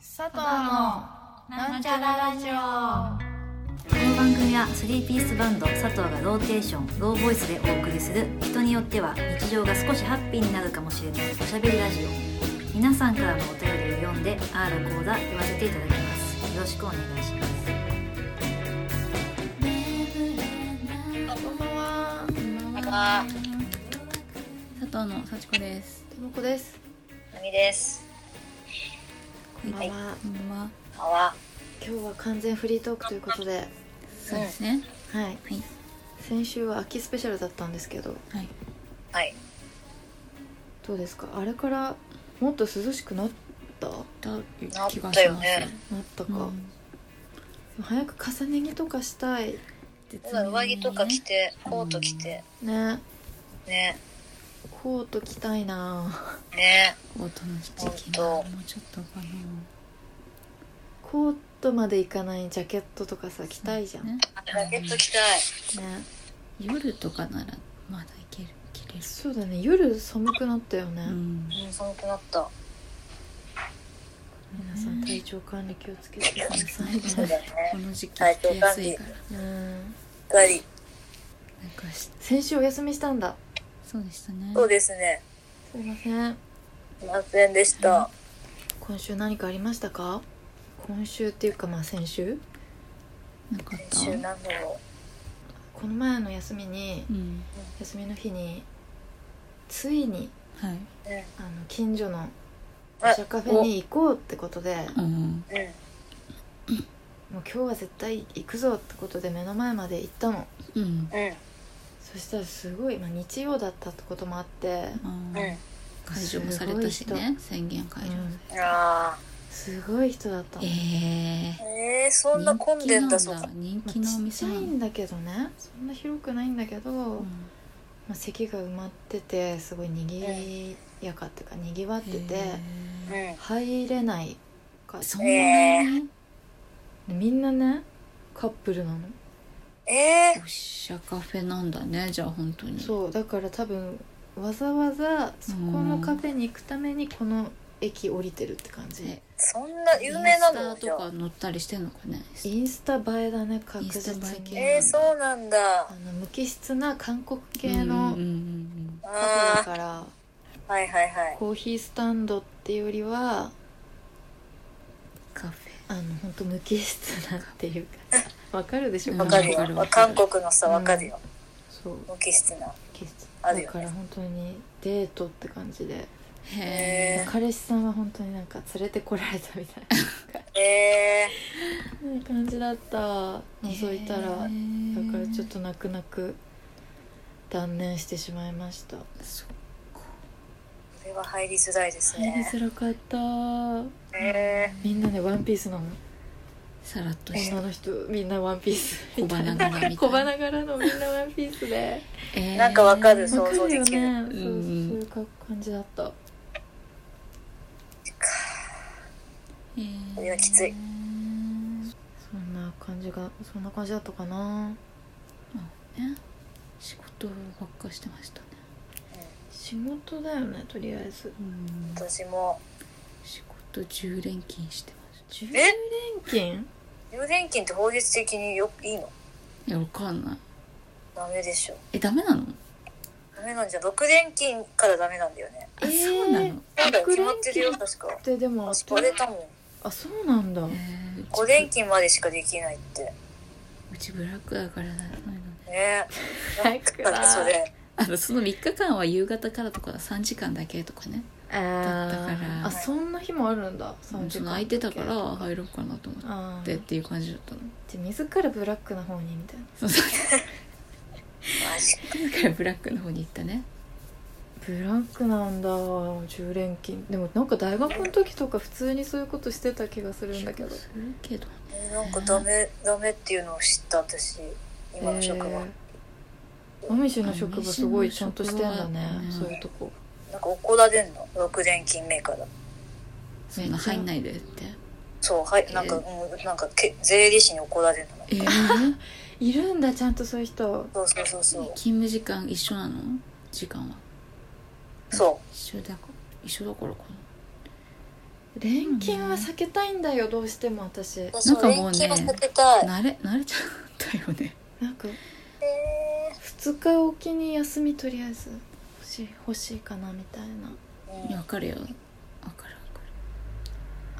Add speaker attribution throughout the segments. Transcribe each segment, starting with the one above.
Speaker 1: 佐藤のなんちゃらラジ
Speaker 2: こ
Speaker 1: オ
Speaker 2: の番組は3ピースバンド佐藤がローテーションローボイスでお送りする人によっては日常が少しハッピーになるかもしれないおしゃべりラジオ皆さんからのお便りを読んでああだこうだ言わせていただきますよろしくお願いします
Speaker 1: こんばんは
Speaker 3: あ、
Speaker 4: 佐藤の幸子です。
Speaker 1: ともこです
Speaker 3: なみです。
Speaker 1: こんばんは
Speaker 4: こんばんは。
Speaker 3: あわ。
Speaker 1: 今日は完全フリートークということで
Speaker 4: そうですね。
Speaker 1: はい
Speaker 4: はい。
Speaker 1: 先週は秋スペシャルだったんですけど
Speaker 4: はい。
Speaker 3: はい。
Speaker 1: どうですかあれからもっと涼しくなったな
Speaker 4: だいう
Speaker 3: なっ
Speaker 4: 気が
Speaker 3: た
Speaker 4: し
Speaker 3: よ
Speaker 4: ます。
Speaker 3: ね。
Speaker 1: った
Speaker 4: う
Speaker 1: か、
Speaker 4: ん。
Speaker 1: 早く重ね着とかしたい
Speaker 4: 絶
Speaker 3: ただ上着とか着
Speaker 4: て。
Speaker 3: て、コート着て、
Speaker 1: ね
Speaker 3: ね、
Speaker 1: コート着たいな
Speaker 3: ね、
Speaker 4: 音の時期がも
Speaker 3: ほんと
Speaker 4: うちょっとか
Speaker 1: コートまでいかないジャケットとかさ着たいじゃ
Speaker 4: な。
Speaker 1: んね
Speaker 4: ね。
Speaker 3: ジャケット着たい。
Speaker 4: 夜とかならまだいける着れる。
Speaker 1: そうだね夜寒くなったよね、
Speaker 4: うん。
Speaker 3: うん、寒くなった。
Speaker 1: 皆さん体調管理気をつけてください
Speaker 3: そう
Speaker 1: ね
Speaker 3: だよね。
Speaker 4: この時期
Speaker 3: 体
Speaker 4: 着
Speaker 3: 調
Speaker 4: て
Speaker 3: 管
Speaker 4: やす
Speaker 3: 理
Speaker 4: いから。
Speaker 1: う
Speaker 4: な
Speaker 1: ん
Speaker 3: うっかり。
Speaker 4: んかし
Speaker 1: 先週お休みしたんだ
Speaker 4: そうでしたね。
Speaker 3: そうですね。
Speaker 1: すいません
Speaker 3: 満点でした。
Speaker 1: 今週何かありましたか今週っていうかまあ先週
Speaker 4: なかっ
Speaker 3: 先週
Speaker 4: た。
Speaker 3: 何度も。
Speaker 1: この前の休みに
Speaker 4: うん。
Speaker 1: 休みの日についに
Speaker 4: はい。
Speaker 1: あ
Speaker 3: うん、
Speaker 1: の近所のお茶カフェに行こうってことで
Speaker 4: うん。
Speaker 3: うん、
Speaker 1: もう今日は絶対行くぞってことで目の前まで行ったの
Speaker 4: うん。
Speaker 3: うん、
Speaker 1: そしたらすごい、まあ、日曜だったってこともあって
Speaker 4: あ
Speaker 3: う。
Speaker 4: ー解除もされた
Speaker 1: す
Speaker 4: し
Speaker 1: ごい
Speaker 4: ね。宣言解除。
Speaker 1: うん
Speaker 3: あ
Speaker 1: すごい人だったの
Speaker 4: ええ。
Speaker 3: あ。えー、そんな混んでんだ、そ
Speaker 4: 人
Speaker 3: う
Speaker 4: 気なん
Speaker 1: ま
Speaker 3: か
Speaker 4: だ。人
Speaker 1: あ
Speaker 4: 気のお店
Speaker 1: ちっち
Speaker 4: な
Speaker 1: ゃい
Speaker 4: ん
Speaker 1: んだけどねそんな広くないんだけど、
Speaker 4: だ
Speaker 1: まあ、席が埋まっててすごいにぎやかっていうかにぎわってて、
Speaker 3: うん。
Speaker 4: へ
Speaker 3: え
Speaker 1: 入れないか
Speaker 4: ー
Speaker 1: ら
Speaker 4: そんなに
Speaker 1: みんなねカップルなの、
Speaker 3: え
Speaker 4: おしゃカフェなんだねじゃあ本当に
Speaker 1: そうだから多分わざわざそこのカフェに行くためにこの駅降りてるって感じ、
Speaker 4: え
Speaker 3: そんな有名な
Speaker 4: イ
Speaker 3: の
Speaker 4: ンスタ
Speaker 3: じゃ
Speaker 4: と
Speaker 3: あ
Speaker 4: か載ったりしてんのかね
Speaker 1: インスタ映えだね確実
Speaker 4: インスタ映え
Speaker 1: に、
Speaker 4: 系
Speaker 3: えー、そうなんだ
Speaker 1: あ。の無機質な韓国系の
Speaker 4: うんうんうん
Speaker 1: カフェだ
Speaker 3: あ
Speaker 1: から、
Speaker 3: あ、はいはいはい。
Speaker 1: コーヒースタンドっていうよりは
Speaker 4: カフ
Speaker 1: あの本当無機質なっていうか わかるでしょ
Speaker 4: うん
Speaker 3: わかる
Speaker 4: わかる
Speaker 3: よ
Speaker 4: わ。かる
Speaker 3: 韓国のさ、わかるよ。
Speaker 1: そう
Speaker 3: 無機質な。
Speaker 1: 気質
Speaker 3: あ
Speaker 1: だ
Speaker 3: るよね
Speaker 1: から本当にデートって感じで
Speaker 4: ェへえ
Speaker 1: 彼氏さんは本当になんか連れてこられたみたい
Speaker 3: えー。
Speaker 1: な感じだった 覗いたらだからちょっと泣く泣く断念してしまいました
Speaker 4: そ
Speaker 3: これは入りづらいです
Speaker 1: 入り
Speaker 3: ね。
Speaker 1: づらかった
Speaker 3: え
Speaker 1: みんなねワンピースなの
Speaker 4: さらっとした
Speaker 1: 女の人みんなワンピース
Speaker 4: 小花柄みたいな
Speaker 1: 小花柄のみんなワンピースで
Speaker 4: えー
Speaker 3: なんかわかる
Speaker 1: わ
Speaker 3: 想
Speaker 1: か
Speaker 3: 像
Speaker 1: る
Speaker 3: で
Speaker 1: よ
Speaker 3: きる。
Speaker 1: ねそうそう
Speaker 4: うん
Speaker 1: いうか感じだった
Speaker 4: へー
Speaker 3: これはきつい
Speaker 1: そんな感じがそんな感じだったかな
Speaker 4: ね仕事ばっかしてましたね
Speaker 1: 仕事だよねとりあえず
Speaker 4: うん
Speaker 3: 私も
Speaker 4: 仕事10連勤してました
Speaker 1: 10
Speaker 3: え
Speaker 1: 連勤
Speaker 3: 有年金って法律的によいいの？
Speaker 4: いやわかんない
Speaker 3: ダメでしょ。
Speaker 4: えダメなの
Speaker 3: ダメなんじゃ六年金からダメなんだよね。
Speaker 4: あ
Speaker 1: えー
Speaker 4: そうなの
Speaker 3: そうだ
Speaker 1: 六
Speaker 3: よ決
Speaker 1: 連
Speaker 3: ま
Speaker 1: 勤
Speaker 3: ってるよ確か。
Speaker 1: ででもあ
Speaker 3: 私バレたもん。
Speaker 1: あそうなんだ
Speaker 4: えー
Speaker 3: 五年金までしかできないって。
Speaker 4: うちブラックだからなのね
Speaker 3: ね。
Speaker 1: 早く
Speaker 3: だってそれ。
Speaker 4: あのその3日間は夕方からとか3時間だけとかねだったから
Speaker 1: あそんな日もあるんだ
Speaker 4: そ
Speaker 1: そ
Speaker 4: の空いてたから入ろうかなと思っ
Speaker 1: あ
Speaker 4: てっ
Speaker 1: ー
Speaker 4: ていう感じだったの
Speaker 1: じゃあ自らブラックな方にみたいな
Speaker 4: そうそう
Speaker 3: マジか。
Speaker 4: だからブラックの方に行ったね
Speaker 1: ブラックなんだ10連勤でもなんか大学の時とか普通にそういうことしてた気がするんだけど
Speaker 4: するけど
Speaker 3: えなんかダメダメっていうのを知った私今の職場。
Speaker 1: えー、マミシの職場すごいちゃんとしてんだね
Speaker 4: マミシの職
Speaker 1: そ
Speaker 4: 場はね
Speaker 1: ういうとこ
Speaker 3: なんか怒られんの六年金目から。
Speaker 4: そんな入んないでって
Speaker 3: そうはいなんか、うんなんかけ税理士に怒られるの。
Speaker 4: えー、
Speaker 1: いるんだちゃんとそういう人
Speaker 3: そうそうそうそ
Speaker 4: 勤
Speaker 3: う。
Speaker 4: 務時間一緒なの時間は
Speaker 3: そう。
Speaker 4: 一緒だか一緒だからかな
Speaker 1: 錬金は避けたいんだよどうしても私
Speaker 3: 私も
Speaker 4: なんかも
Speaker 3: 錬
Speaker 4: うね
Speaker 3: 金は避けたい、
Speaker 4: 慣れ慣れちゃったよね
Speaker 1: なんか
Speaker 3: え
Speaker 1: 2日おきに休みとりあえず欲しい欲しいかなみたいな
Speaker 3: ー
Speaker 4: いや
Speaker 3: うん
Speaker 4: わかるよわかるわかる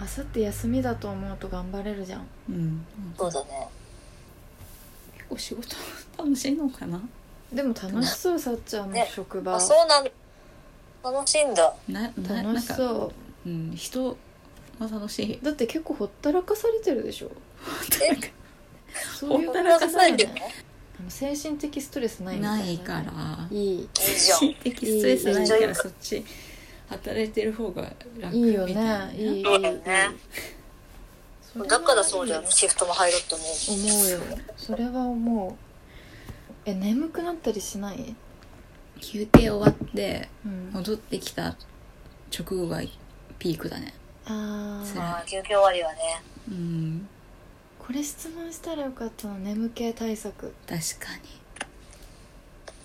Speaker 1: あさって休みだと思うと頑張れるじゃん
Speaker 4: うん
Speaker 3: そうだね
Speaker 4: 結構仕事楽しいのかな
Speaker 1: でも楽しそうさっちゃんの
Speaker 3: ね
Speaker 1: 職場、
Speaker 3: あそうなん楽しいんだ
Speaker 4: なな
Speaker 1: 楽し
Speaker 4: なんか、
Speaker 1: そう
Speaker 4: ん、人は楽しい
Speaker 1: うだって結構ほったらかされてるでしょ
Speaker 4: なんか
Speaker 1: そういうこ
Speaker 4: ほった
Speaker 1: とだ
Speaker 4: らか
Speaker 1: よ
Speaker 4: さ
Speaker 1: ね
Speaker 4: れてる
Speaker 1: あの精神的ストレスないみたいな
Speaker 4: ないから
Speaker 1: いい
Speaker 3: いいじゃん
Speaker 4: 心的ストレスないからそっち働いてる方が楽
Speaker 1: いいよね
Speaker 4: みたい
Speaker 1: いいいいいい
Speaker 3: そうだよね
Speaker 1: それは
Speaker 3: だからそうじゃんシフトも入ろうって思う
Speaker 1: 思うよそれは思うえ眠くなったりしない、
Speaker 4: 休憩終わって
Speaker 1: うん、
Speaker 4: 戻ってきた直後がピークだね
Speaker 1: あ
Speaker 4: そ
Speaker 1: あ
Speaker 4: う
Speaker 3: あー休憩終わりはね
Speaker 4: うん
Speaker 1: これ質問したらよかったの眠気対策
Speaker 4: 確かに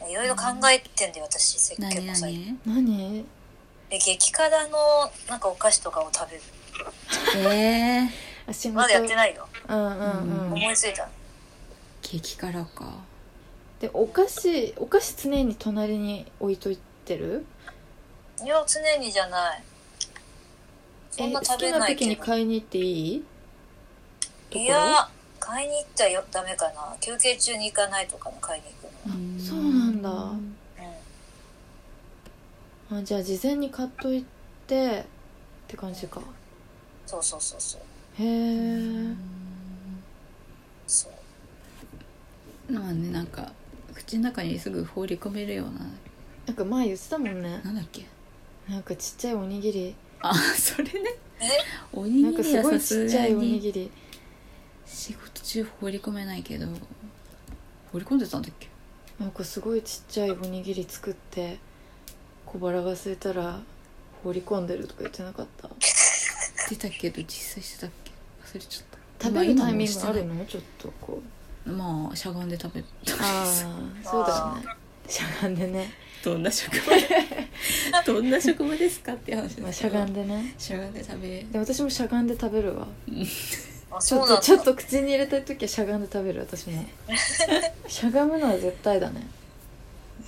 Speaker 3: いろいろ考えてんだよ私せ結
Speaker 4: 何
Speaker 3: 構最近
Speaker 4: 何
Speaker 1: 何
Speaker 3: え激辛のなんかお菓子とかを食べる
Speaker 4: えー、
Speaker 1: あ仕事
Speaker 3: まだやってないよ
Speaker 1: うんうんうん、
Speaker 4: うん
Speaker 3: 思いついた
Speaker 4: 激辛か
Speaker 1: でお菓子お菓子常に隣に置いといてる
Speaker 3: いや常にじゃないそん
Speaker 1: え
Speaker 3: な
Speaker 1: 好
Speaker 3: 食
Speaker 1: き
Speaker 3: べ
Speaker 1: な
Speaker 3: ない
Speaker 1: 時
Speaker 3: け
Speaker 1: に
Speaker 3: ど
Speaker 1: 買いに行っていいところ
Speaker 3: いや買いに行ったらよダメかな休憩中に行かないとかね買いに行く
Speaker 4: あ
Speaker 1: そうなんだ
Speaker 3: のは
Speaker 1: あじゃあ事前に買っといてって感じか
Speaker 3: うんそうそうそうそう
Speaker 1: へえ
Speaker 3: そう
Speaker 4: まあねなんか口の中にすぐ放り込めるような
Speaker 1: なんか前言ってたもんね
Speaker 4: なんだっけ
Speaker 1: なんかちっちゃいおにぎり
Speaker 4: あそれね
Speaker 3: え
Speaker 4: お
Speaker 1: な
Speaker 4: に
Speaker 1: んか
Speaker 4: ぎり
Speaker 1: す
Speaker 4: は
Speaker 1: ごい
Speaker 4: さ
Speaker 1: ち
Speaker 4: す
Speaker 1: っちゃ
Speaker 4: が
Speaker 1: いおに
Speaker 4: に
Speaker 1: ぎり
Speaker 4: 仕事中放り込めないけど放り込んでたんだっけ
Speaker 1: なんかすごいちっちゃいおにぎり作って小腹が空いたら放り込んでるとか言ってなかった
Speaker 4: 出たけど実際してたっけ忘れちゃった
Speaker 1: 食べるタイミングあ
Speaker 4: 今
Speaker 1: る
Speaker 4: も
Speaker 1: のちょっとこう
Speaker 4: してないまあしゃがんで食べた
Speaker 1: ああそうだよねしゃがんでね、
Speaker 4: どんな職場 でどんな職場ですかって話だけど
Speaker 1: まあ、しゃがんでね
Speaker 4: しゃがんで食べ
Speaker 1: で私もしゃがんで食べるわ
Speaker 3: あ
Speaker 1: ち
Speaker 3: そう
Speaker 1: ょ
Speaker 3: な
Speaker 1: っ
Speaker 3: んだ
Speaker 1: とちょっと口に入れたい時はしゃがんで食べる私 もしゃがむのは絶対だね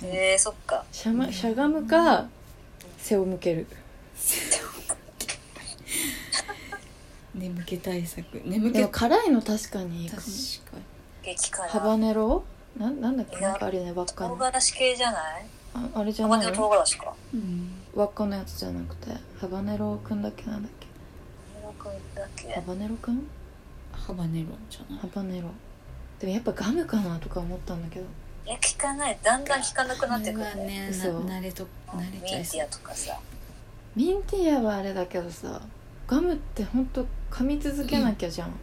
Speaker 3: えー、そっか
Speaker 1: しゃ,、ま、しゃがむか背を向ける
Speaker 4: 眠気対策眠気
Speaker 1: でも
Speaker 4: 確か
Speaker 1: 辛いの確かに
Speaker 3: 激辛
Speaker 1: ハバネロなんなんだっけなんかあるよね輪っか
Speaker 3: 唐
Speaker 1: の
Speaker 3: 辛子系じゃない
Speaker 1: ああれじゃ
Speaker 3: ハバ
Speaker 1: な
Speaker 3: ネ
Speaker 1: い
Speaker 3: ロ唐辛子か
Speaker 4: にうん
Speaker 1: 輪っかのやつじゃなくてハバネロくんだっけなんだっけ
Speaker 3: ハバネロくんだっけ
Speaker 1: ハバネロくん
Speaker 4: ハバネロじゃない
Speaker 1: ハバネロでもやっぱガムかなとか思ったんだけど
Speaker 3: いや聞かないだんだん聞かなくなってくる
Speaker 4: これはねな
Speaker 1: 嘘
Speaker 4: 慣れと慣れ
Speaker 3: ミ
Speaker 4: ちゃい
Speaker 3: ーテ
Speaker 4: そう
Speaker 3: ィアとかさ
Speaker 1: ミンティアはあれだけどさガムってほんと噛み続けなきゃじゃん、
Speaker 3: うん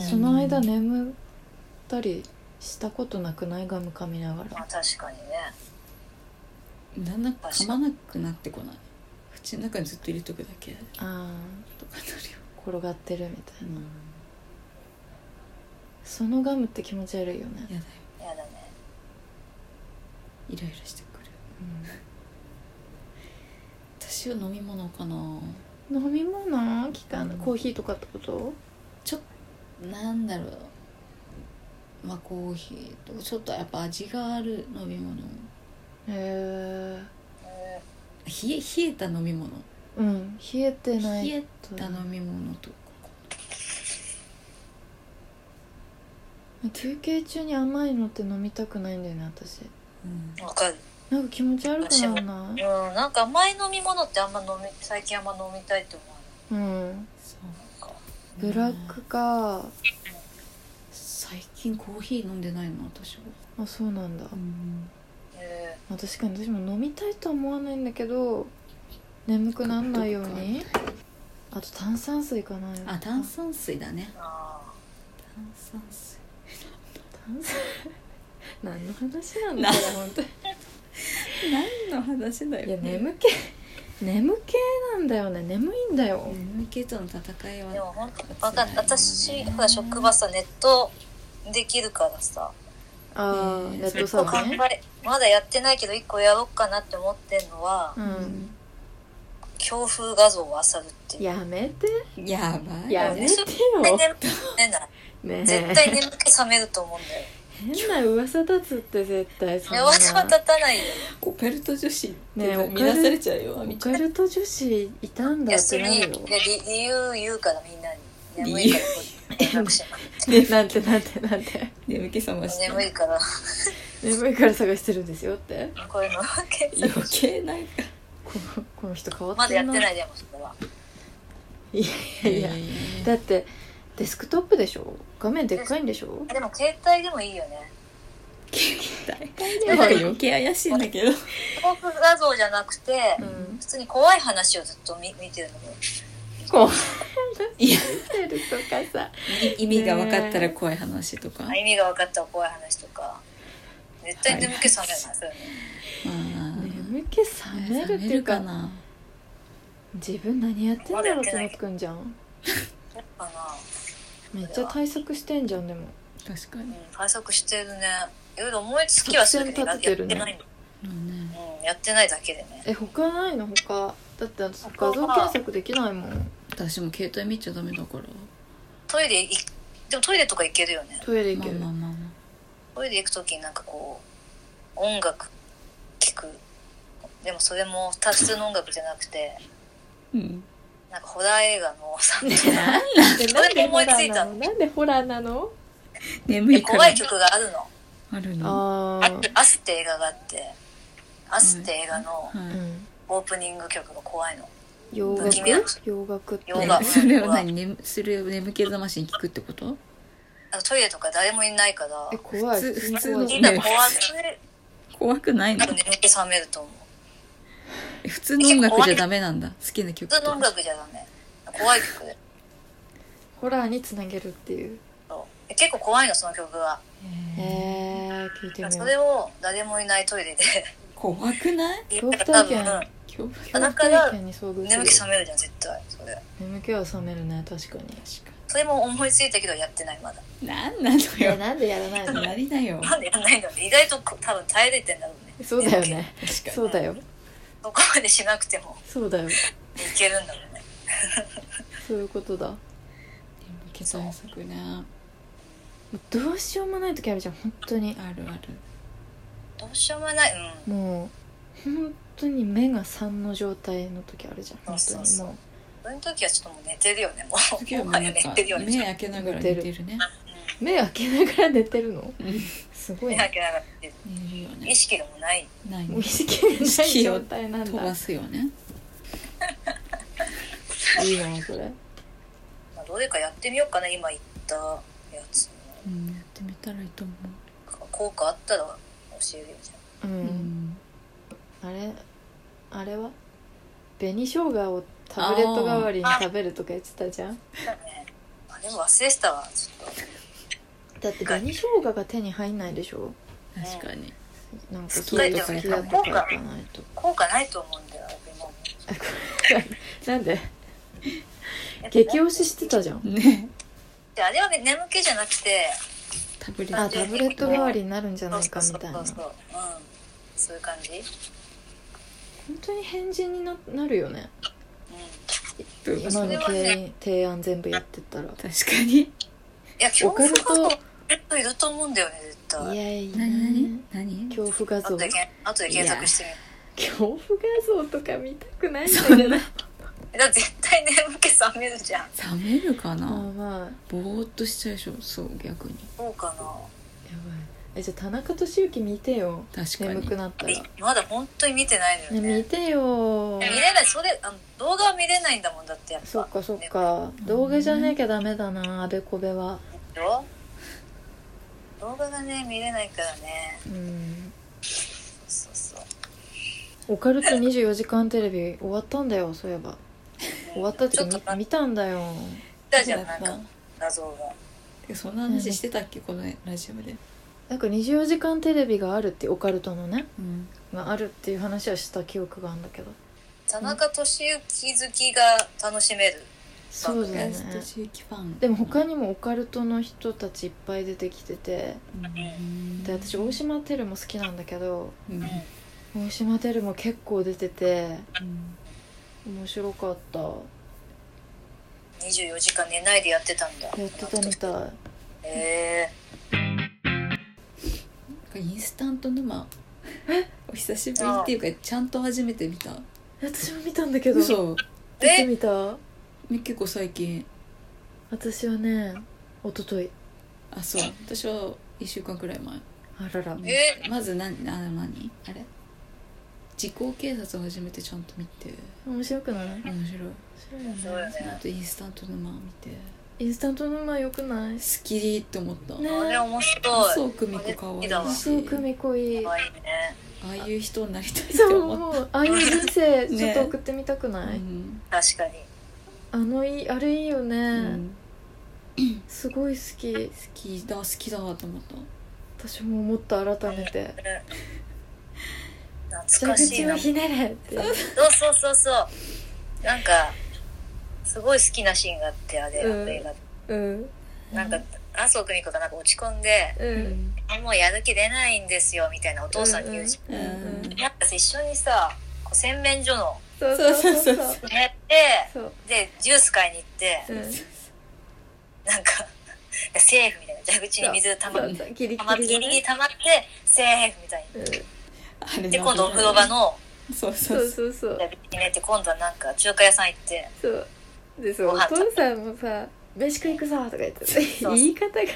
Speaker 1: その間眠ったりしたことなくないガム噛みなが
Speaker 3: ま
Speaker 1: ら
Speaker 3: あ確かにね
Speaker 4: だんだん噛まなくなってこない口の中にずっと入れとくだけ
Speaker 1: あ
Speaker 4: とかなるよ、
Speaker 1: ー転がってるみたいなそのガムって気持ち悪いよね、
Speaker 4: やだよ
Speaker 3: やだね
Speaker 4: イライラしてくる私は飲み物かな
Speaker 1: うん飲み物聞かない
Speaker 4: うん
Speaker 1: コーヒーとかってこと
Speaker 4: ちょっとなんだろうまあコーヒーとちょっとやっぱ味がある飲み物
Speaker 1: へえ
Speaker 3: う
Speaker 4: 冷え冷えた飲み物
Speaker 1: うん冷えてない
Speaker 4: 冷え
Speaker 1: と
Speaker 4: た飲み物とか
Speaker 1: 休憩中に甘いのって飲みたくないんだよね私
Speaker 4: うん
Speaker 3: んわかる
Speaker 1: なんか気持ち悪くなんな
Speaker 3: う
Speaker 1: い
Speaker 3: んなんか甘い飲み物ってあんま飲み最近あんま飲みたいって思わ
Speaker 1: うん
Speaker 4: そう
Speaker 1: ブラックか、
Speaker 4: 最近コーヒー飲んでないの私は、
Speaker 1: あそうなんだ、
Speaker 3: ないへ
Speaker 1: まあ、確かに私も飲みたいとは思わないんだけど眠くなんないようにあと炭酸水かな
Speaker 4: あ炭酸水だね
Speaker 3: ーあー
Speaker 4: 炭酸水
Speaker 1: 炭酸 何の話なんだろう本当に
Speaker 4: 何の話だよ
Speaker 1: いや眠気眠気なんだよね眠いんだよ
Speaker 4: 眠気との戦いは
Speaker 3: でも本当わかん私ほら職場さネットできるからさ
Speaker 1: ああ
Speaker 4: えー
Speaker 1: レッド
Speaker 4: そ
Speaker 1: サ
Speaker 3: 考
Speaker 1: ウナね
Speaker 3: えまだやってないけど一個やろうかなって思ってんのは、
Speaker 1: うん
Speaker 4: うん
Speaker 3: 強風画像を漁るっていう。
Speaker 1: やめて
Speaker 4: やばい
Speaker 1: や めてよ
Speaker 3: 絶対寝 ない
Speaker 1: ねえ
Speaker 3: 絶対眠気覚めると思うんだ よ。
Speaker 1: 変な噂立つって絶対そん
Speaker 3: 寝
Speaker 1: な
Speaker 3: は立たないよ。
Speaker 4: オカルト女子って
Speaker 1: ねえ
Speaker 4: 見なされちゃうよあみ
Speaker 1: オ
Speaker 4: ちゃん
Speaker 1: カルト女子いたんだっ
Speaker 3: 休
Speaker 1: て
Speaker 3: み
Speaker 1: な
Speaker 3: に
Speaker 1: る
Speaker 3: いや
Speaker 1: よ
Speaker 3: 理理由言うからみんなに。眠 いからこう連絡しな
Speaker 1: でなんてなんてなんて
Speaker 4: 眠気覚まして
Speaker 3: 眠いから
Speaker 1: 眠いから探してるんですよって
Speaker 3: こういうのけ
Speaker 4: 余計なんか
Speaker 1: このこの人変わ
Speaker 3: ま
Speaker 1: って
Speaker 3: だやってないいでもそれは。
Speaker 1: いやいやだってデスクトップでしょ画面でっかいんでしょ
Speaker 3: でも携帯でもいいよね。
Speaker 4: 大体でも余計怪しいんだけど
Speaker 3: 航空画像じゃなくて、
Speaker 1: うん
Speaker 3: 普通に怖い話をずっと見見てるので。
Speaker 1: こう
Speaker 4: いや
Speaker 1: 見てるとかさ
Speaker 4: 意味が分かったら怖い話とか、
Speaker 3: あ意味が分かった怖い話とか絶対眠気覚めない、そういう
Speaker 4: まあ
Speaker 1: 眠気覚めるっていうか
Speaker 4: な
Speaker 1: 自分何やってんだろうってなってくんじゃん
Speaker 3: のか
Speaker 1: めっちゃ対策してんじゃんでも
Speaker 4: 確かに
Speaker 3: な、うん、対策してるねいろいろ思いつきはするけどや
Speaker 1: 作
Speaker 3: っ
Speaker 1: 戦
Speaker 3: て
Speaker 1: 立ててるね
Speaker 3: ない、
Speaker 4: ね
Speaker 3: うん、やってないだけでね
Speaker 1: え他ないの他だって画像検索できないもん
Speaker 4: 私も携帯見ちゃダメだから
Speaker 3: トイレ行でもトイレとか行けるよね
Speaker 1: トイレ行
Speaker 4: ま
Speaker 1: け
Speaker 4: あ
Speaker 1: る、
Speaker 4: まあまあま
Speaker 3: トイレ行く時になんかこう音楽聴くでもそれも達通の音楽じゃなくて
Speaker 4: あうん
Speaker 3: なんかホラー映画のさ
Speaker 1: で
Speaker 3: それで思いつい
Speaker 1: な
Speaker 3: た
Speaker 1: んでホラーなのなんでホラーなの
Speaker 4: 眠いか
Speaker 3: 怖
Speaker 4: ら
Speaker 3: い曲があるの
Speaker 4: あるの
Speaker 1: あ
Speaker 3: 「
Speaker 1: あ
Speaker 3: アス」って映画があって「アス」って映画の
Speaker 4: は
Speaker 1: う
Speaker 4: い
Speaker 1: ん
Speaker 3: オープニング曲が怖いの
Speaker 1: 洋楽
Speaker 3: 不気味な
Speaker 1: 洋楽って
Speaker 3: 洋
Speaker 4: ね
Speaker 3: 楽
Speaker 4: それは何眠それを眠気覚ましに聞くってこと
Speaker 3: あのトイレとか誰もいないから
Speaker 1: え怖い
Speaker 4: 普通
Speaker 1: に怖い
Speaker 3: み
Speaker 4: 普通
Speaker 3: ん
Speaker 4: の
Speaker 3: な
Speaker 4: ね
Speaker 3: 怖くて
Speaker 4: 怖くない
Speaker 3: 多
Speaker 4: の
Speaker 3: 分眠気覚めると思う
Speaker 4: 普通の音楽じゃダメなんだ好きな曲
Speaker 3: 普
Speaker 4: と
Speaker 3: 通の音楽じゃダメ怖い曲で
Speaker 1: ホラーにつなげるっていう
Speaker 3: そう結構怖いのその曲が
Speaker 1: へえ聞いてみよ
Speaker 3: そうれを誰もいないトイレで
Speaker 4: 怖くない
Speaker 3: 言ったら多
Speaker 1: 恐怖体験
Speaker 3: 分
Speaker 4: 恐怖
Speaker 1: 恐怖体験に遭遇
Speaker 3: 眠気
Speaker 1: する
Speaker 3: 覚めるじゃん絶対それ
Speaker 1: 眠気は覚めるね確かに
Speaker 3: それも思いついたけどやってないまだ
Speaker 4: なんなの
Speaker 1: いや
Speaker 4: よ
Speaker 1: なんでやら ないの
Speaker 4: 何だよ
Speaker 3: なんでやんないの意外とこう多分耐えれてんだろうね
Speaker 1: そうだよね
Speaker 4: 確か
Speaker 1: そうだよ
Speaker 3: そこまでしなくても
Speaker 1: そうだよ
Speaker 3: いけるんだろうね
Speaker 1: そういうことだ
Speaker 4: に眠気対策ね
Speaker 1: どうしようもない時あるじゃん本当に
Speaker 4: あるある
Speaker 3: どうしようもないうん
Speaker 1: もう本当に目が3の状態の時あるじゃん本
Speaker 3: そう
Speaker 1: 当に
Speaker 3: そうそう
Speaker 1: も
Speaker 3: その時はちょっともう寝てるよねもう
Speaker 4: 次は
Speaker 3: も
Speaker 4: もう
Speaker 3: は
Speaker 4: な
Speaker 3: や
Speaker 4: ん
Speaker 3: 寝
Speaker 4: か
Speaker 3: てるよね
Speaker 4: 目開けながら寝てるね
Speaker 1: う目開けながら寝てるの
Speaker 4: うん
Speaker 1: すご
Speaker 3: 目
Speaker 1: い
Speaker 3: 開
Speaker 1: ね
Speaker 3: けながら寝てる
Speaker 4: 寝るよね
Speaker 3: 意識がもうない
Speaker 4: ない
Speaker 1: もう意識がない状態なん
Speaker 4: 飛ば
Speaker 1: だ
Speaker 4: すよね
Speaker 1: いいなそれ
Speaker 3: まあ、どれかやってみようかな今言ったやつ
Speaker 4: うんやってみたらいいと思う
Speaker 3: 効果あったら教えるよ じ
Speaker 1: う
Speaker 4: うんん
Speaker 1: あれあれは紅生姜をタブレット代わりに食べるとか言ってたじゃん
Speaker 3: ゃん、ね、あでも忘れてたわちょっと
Speaker 1: だって紅生姜が手に入んないでしょ
Speaker 4: 確かに
Speaker 1: なんか
Speaker 4: 好
Speaker 1: キ
Speaker 4: き
Speaker 1: ー
Speaker 4: だ
Speaker 1: とか
Speaker 4: よね
Speaker 1: キヤとか行かないと
Speaker 3: 効果ないと思うんだよ今も
Speaker 1: なんで激推ししてたじゃん
Speaker 4: ね
Speaker 3: であれはね眠気じゃなくて
Speaker 4: タブレ
Speaker 1: あ
Speaker 4: ット
Speaker 1: タブレット代わりになるんじゃ
Speaker 3: そ
Speaker 1: な
Speaker 3: う
Speaker 1: い
Speaker 3: そ
Speaker 1: か
Speaker 3: う
Speaker 1: み
Speaker 3: そう
Speaker 1: たい
Speaker 3: そ
Speaker 1: な
Speaker 3: うそううんそういう感じ
Speaker 1: 本当に変人にななるよね
Speaker 3: うんい
Speaker 4: うん確
Speaker 1: 今の経営提案全部やってったら
Speaker 4: かに
Speaker 3: や恐怖
Speaker 1: オカル
Speaker 3: 感
Speaker 1: ト
Speaker 3: もいると思うんだよね絶
Speaker 1: い
Speaker 3: 対
Speaker 1: やいや
Speaker 4: 何何何
Speaker 1: 恐怖画像
Speaker 3: 後でけ後で検索してみ
Speaker 1: 恐怖画像とか見たくないん
Speaker 4: そ
Speaker 1: だけ
Speaker 4: ん
Speaker 1: ど
Speaker 4: な
Speaker 3: るだって絶対眠気覚めるじゃん
Speaker 4: 冷めるか
Speaker 1: まあ
Speaker 4: な
Speaker 1: まあやばい
Speaker 4: ぼーっとしちゃうでしょそう逆に
Speaker 3: そうかな
Speaker 1: えじゃあ田中俊之見てよ
Speaker 4: 確か
Speaker 1: 眠く
Speaker 4: に
Speaker 1: なったら、ね、
Speaker 3: いまだ本当に見てないのよね
Speaker 1: 見てよ
Speaker 3: 見れないそれあの動画は見れないんだもんだってやっぱ
Speaker 1: そっかそっか動画じゃなきゃダメだなあべこべは
Speaker 3: でしょ動画がね見れないからね
Speaker 1: うん
Speaker 3: そうそう
Speaker 1: オカルト24時間テレビ終わったんだよそういえば終わったって
Speaker 3: ちょっ
Speaker 1: いう
Speaker 3: と
Speaker 1: か
Speaker 3: な
Speaker 1: 見
Speaker 3: ん
Speaker 1: 見たんだよ
Speaker 3: たじゃんなんか画像が
Speaker 4: そんな話してたっけこのラジオで
Speaker 1: なんか24時間テレビがあるってオカルトのね
Speaker 4: うん
Speaker 1: があるっていう話はした記憶があるんだけど
Speaker 3: 田中俊之好きが楽しめる
Speaker 1: そうだ
Speaker 4: ラ
Speaker 1: よ
Speaker 4: スト
Speaker 1: ね
Speaker 4: 中期ファン
Speaker 1: でも他にもオカルトの人たちいっぱい出てきてて
Speaker 4: うん
Speaker 1: で私大島テルも好きなんだけど
Speaker 4: うん
Speaker 3: うん
Speaker 1: 大島テルも結構出てて面白かったや
Speaker 3: 24時間寝ないでやってたんだ
Speaker 1: ってたみたい
Speaker 3: え
Speaker 4: インスタント沼お久しぶりっていうかちゃんと初めて見た
Speaker 1: 私も見たんだけどい
Speaker 4: 嘘
Speaker 3: ー、え
Speaker 1: つ見た
Speaker 4: 結構最近
Speaker 1: 私はね一昨日
Speaker 4: あそう私は1週間くらい前
Speaker 1: あらら
Speaker 3: え
Speaker 4: まず何あ何あれ時効警察を初めてちゃんと見て
Speaker 1: 面白くない面
Speaker 4: 面白い
Speaker 1: 白いよね
Speaker 3: そうよ
Speaker 4: あ
Speaker 3: ね
Speaker 4: とインスタント沼見て
Speaker 1: インスタント沼良くない
Speaker 4: 好きりって思った
Speaker 1: ね
Speaker 3: あれ面白い
Speaker 4: そう久美子かわ
Speaker 3: あれ好
Speaker 4: いい
Speaker 3: きだわ
Speaker 4: し
Speaker 1: そう久美子いい
Speaker 3: 可愛いね
Speaker 4: ああいう人になりたいって
Speaker 1: そう
Speaker 4: 思っ
Speaker 1: もうああいう人生
Speaker 4: ね
Speaker 1: ちょっと送ってみたく
Speaker 4: た、
Speaker 1: ない、
Speaker 4: うん
Speaker 3: 確かに
Speaker 1: あのいいあれいいよね、
Speaker 4: うん、
Speaker 1: すごい好き
Speaker 4: 好きだ好きだと思った
Speaker 1: 私も思った改めて「
Speaker 3: 懐かしいな
Speaker 1: 蛇口をひねれ」って
Speaker 3: そうそうそうそうなんかすごい好きなシーンがあってあれ、
Speaker 1: うん
Speaker 3: あの映画で
Speaker 1: うん
Speaker 3: なんか麻生久美子がなんか落ち込んで
Speaker 1: う
Speaker 4: うんん
Speaker 3: 「あもうやる気出ないんですよ」みたいなお父さんに言うし、
Speaker 4: うん
Speaker 3: なんか一緒にさこう洗面所の
Speaker 1: そうそうそうそう
Speaker 4: そう
Speaker 3: やって
Speaker 1: そう
Speaker 3: でジュース買いに行って
Speaker 1: うん
Speaker 3: なんかセーフみたいな蛇口に水たま
Speaker 1: そうそうギリ
Speaker 3: たまギ
Speaker 1: ギリ
Speaker 3: リ
Speaker 1: の
Speaker 3: ギリ
Speaker 1: ね
Speaker 3: たまってセーフみたい
Speaker 1: うん
Speaker 4: あれ
Speaker 3: にで今度お風呂場の
Speaker 4: そうそ
Speaker 1: そうう
Speaker 4: そう
Speaker 1: そうそう
Speaker 3: 蛇口に入れて今度はなんか中華屋さん行って
Speaker 1: そうでそう
Speaker 3: ご
Speaker 1: お
Speaker 3: 飯食べ
Speaker 1: 父さんもさ「飯食い行くぞ」とか言って
Speaker 3: う
Speaker 1: 言い方がさ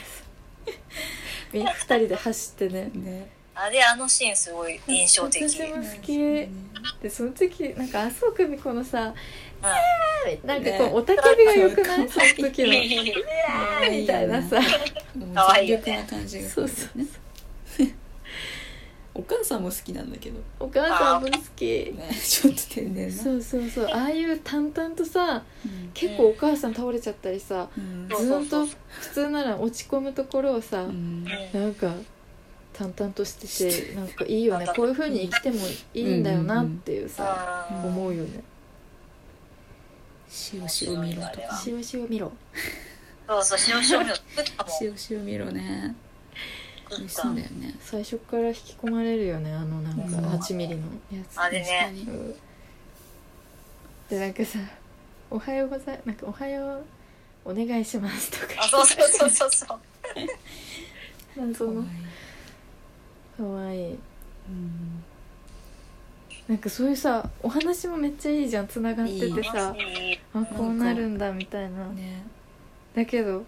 Speaker 1: み二人で走ってね
Speaker 4: ね
Speaker 3: あれあのシーンすごい印象的、
Speaker 1: 私
Speaker 3: う
Speaker 1: も
Speaker 3: ん、
Speaker 1: 好きでその時なんか麻生久美子のさなんかこ
Speaker 4: ね
Speaker 1: うおたけびが良くないそ
Speaker 4: そう
Speaker 1: の時の「
Speaker 4: 可 愛い
Speaker 1: みたいなさ
Speaker 4: か
Speaker 3: 可
Speaker 4: わ
Speaker 3: 愛
Speaker 4: い
Speaker 3: い
Speaker 4: いよ
Speaker 3: よ
Speaker 4: ね
Speaker 3: ね
Speaker 4: もう全力な感じが
Speaker 1: そうそう
Speaker 4: ねお母さんも好きなんだけど
Speaker 1: お母さんも好き
Speaker 4: ねちょっと天然な
Speaker 1: そうそうそうああいう淡々とさ
Speaker 4: うん
Speaker 1: 結構お母さん倒れちゃったりさ
Speaker 4: うん
Speaker 3: そう
Speaker 1: ずーっと普通なら落ち込むところをさ
Speaker 4: うん
Speaker 1: なんか淡々としててなんかいいよねこういう風に生きてもいいんだよなっていうさ
Speaker 3: うん
Speaker 1: 思うよね
Speaker 4: 塩塩見ろとか
Speaker 1: しおしお見ろ
Speaker 3: そうそう塩醤油作ったもん
Speaker 4: 塩塩見ろね美
Speaker 3: 作
Speaker 4: 味
Speaker 3: っ
Speaker 4: しいんだよね
Speaker 1: 最初から引き込まれるよねあのなんか
Speaker 4: うん
Speaker 1: 8ミリのやつ
Speaker 3: あれね
Speaker 4: 確かに
Speaker 1: うんでなんかさ「おはようございなんかおはようお願いします」と
Speaker 3: た
Speaker 1: か
Speaker 3: あそうそうそうそうそう
Speaker 1: 謎の
Speaker 4: 可愛い
Speaker 1: かわいい
Speaker 4: うん
Speaker 1: なんかそういうさお話もめっちゃいいじゃんつながっててさ
Speaker 3: いい
Speaker 1: あこうなるんだみたいな
Speaker 4: ね
Speaker 1: だけど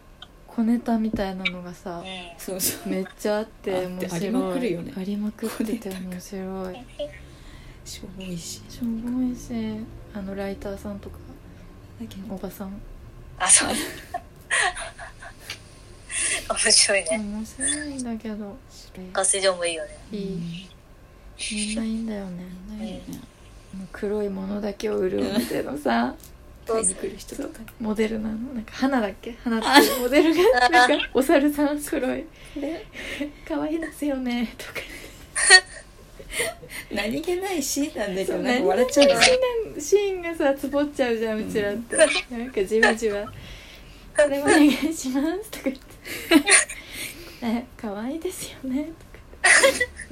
Speaker 1: 小ネタみたいなのがさ
Speaker 3: うん
Speaker 4: そうそう
Speaker 1: めっちゃあって
Speaker 4: あっ
Speaker 1: 面
Speaker 4: て
Speaker 1: 白い
Speaker 4: ありまくるよね
Speaker 1: ありまくってて
Speaker 4: 小ネタが
Speaker 1: 面白い
Speaker 4: しょぼいし
Speaker 1: しょぼいしあのライターさんとか
Speaker 4: だけど
Speaker 1: おばさん
Speaker 3: あそう面白いね
Speaker 1: 面白いんだけど
Speaker 3: 合成場もいいよね
Speaker 1: いいみんないいんだよね
Speaker 4: うんないよね
Speaker 1: あの黒いものだけを売るお店の さ
Speaker 4: 買いに来る人とかね
Speaker 1: モデルなのなんか花だっけ花っていうモデルがなんかお猿さん黒い 可愛いですよねとか
Speaker 4: 何気ないシーンなんだけ
Speaker 1: そ
Speaker 4: ど
Speaker 1: う
Speaker 4: なん
Speaker 1: 何
Speaker 4: か笑っちゃうよね
Speaker 1: シーンがさつぼっちゃうじゃんうちらって、なんかじわじわ「これお願いします」とか言って「 ね可愛いですよね」とか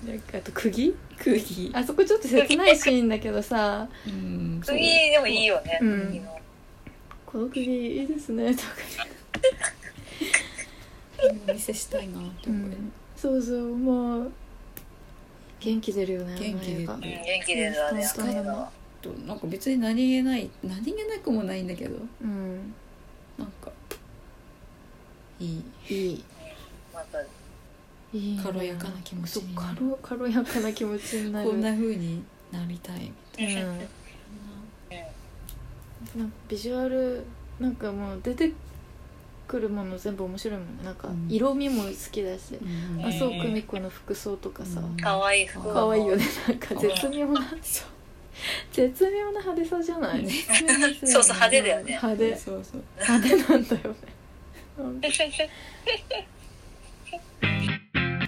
Speaker 1: なんかあと釘
Speaker 4: 空気
Speaker 1: あそこちょっと切ないシーンだけどさ
Speaker 4: うんそう
Speaker 3: 次でもいいよね、
Speaker 1: うん
Speaker 3: 次の
Speaker 1: 「この釘いいですね」とか
Speaker 4: お見せしたいなって思うよね
Speaker 1: そうそうもう元気出るよね
Speaker 4: 元気出る
Speaker 1: あの
Speaker 3: うん、
Speaker 1: 映
Speaker 3: 元気出るあれ
Speaker 1: そうそう
Speaker 3: あれは
Speaker 4: となんか別に何気ない何気なくもないんだけど
Speaker 1: 画うん
Speaker 4: なんかいい
Speaker 1: いい
Speaker 3: なんか
Speaker 1: いいね
Speaker 4: 軽やかな気持ち
Speaker 1: そう
Speaker 4: になる
Speaker 1: 軽軽やかな気持ちになる
Speaker 4: こんな風になりたい
Speaker 1: うん
Speaker 4: み
Speaker 1: なんかビジュアルなんかもう出てくるもの全部面白いもんねなんか
Speaker 4: うん
Speaker 1: 色味も好きだし、
Speaker 4: たいな
Speaker 1: 麻生久美子の服装とかさ、
Speaker 4: うん
Speaker 3: 可愛い服
Speaker 4: うん
Speaker 1: 可愛いよ
Speaker 3: ね
Speaker 1: ねなんか絶妙なそう絶妙な派手さじゃない、
Speaker 3: そうそう派手だよね
Speaker 1: 派手
Speaker 4: そうそう
Speaker 1: 派手なんだよねうん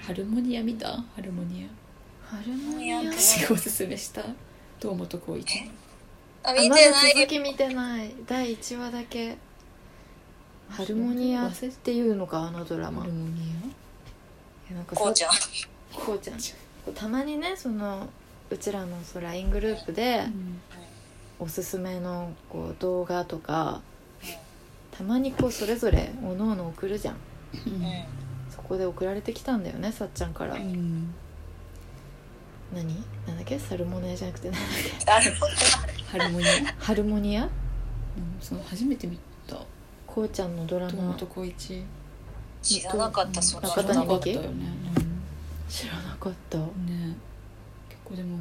Speaker 4: ハルモニア見たハルモニ
Speaker 1: ハルモニア
Speaker 4: ア私がおすすめした堂本光一
Speaker 3: あ
Speaker 1: あ
Speaker 3: 見
Speaker 1: ま
Speaker 3: てな
Speaker 1: だ
Speaker 3: い
Speaker 1: 続き見てない第1話だけハルモニアっていうのかあのドラ
Speaker 4: ハ
Speaker 1: マ
Speaker 4: ルモニ
Speaker 1: いやなんかさ
Speaker 3: こうちゃん
Speaker 1: こうちゃんたまにねそのうちらのそう LINE グループで
Speaker 4: ア、うん
Speaker 1: おすすめのこう動画とかたまにこうそれぞれおのおの送るじゃん
Speaker 3: うんうん
Speaker 1: そこで送られてきたんだよねさっちゃんから
Speaker 4: うん
Speaker 1: 何なんだっけサルモネアじゃなくて何だっ
Speaker 3: なるほど
Speaker 4: ハルモニア、うん
Speaker 1: けハルモニア
Speaker 4: その初めて見た
Speaker 1: こうちゃんのドラ
Speaker 4: 堂
Speaker 1: マ
Speaker 4: 本光一
Speaker 3: 知らなかったそんな
Speaker 1: 中
Speaker 4: 知らな
Speaker 1: 谷
Speaker 4: かった
Speaker 1: 美紀
Speaker 4: よね、
Speaker 1: 知らなかった
Speaker 4: うんね結構でも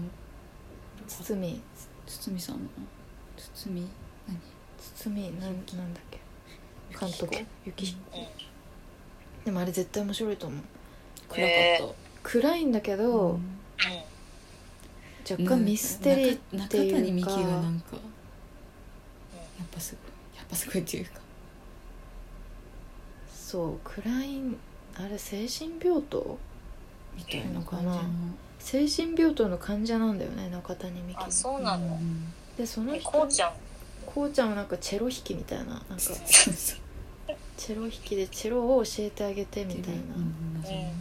Speaker 1: 堤
Speaker 4: 堤さんの堤
Speaker 1: 堤なんなんだっけ
Speaker 4: 何
Speaker 1: 監督雪彦
Speaker 3: うん
Speaker 1: でもあれ絶対面白いと思う
Speaker 4: 暗かっ
Speaker 1: 暗いんだけ
Speaker 4: た、
Speaker 1: ど、
Speaker 4: うん
Speaker 1: 若干ミステリー
Speaker 4: な
Speaker 1: っていうか
Speaker 4: 中谷美紀がなんかやっぱすごいやっぱすごいっていうか
Speaker 1: そう暗いあれ精神病棟
Speaker 4: みたいな感じの
Speaker 1: なのか精神病棟の患者なんだよね中谷美
Speaker 3: あ
Speaker 1: 紀
Speaker 3: そうなの
Speaker 4: うん
Speaker 1: でその
Speaker 3: え
Speaker 1: 人
Speaker 3: こうちゃん
Speaker 1: こうちゃんはなんかチェロ弾きみたいななんか
Speaker 3: そう
Speaker 4: そうそう
Speaker 1: チェロ弾きでチェロを教えてあげてみたいな
Speaker 4: う
Speaker 1: 感
Speaker 4: ん謎のね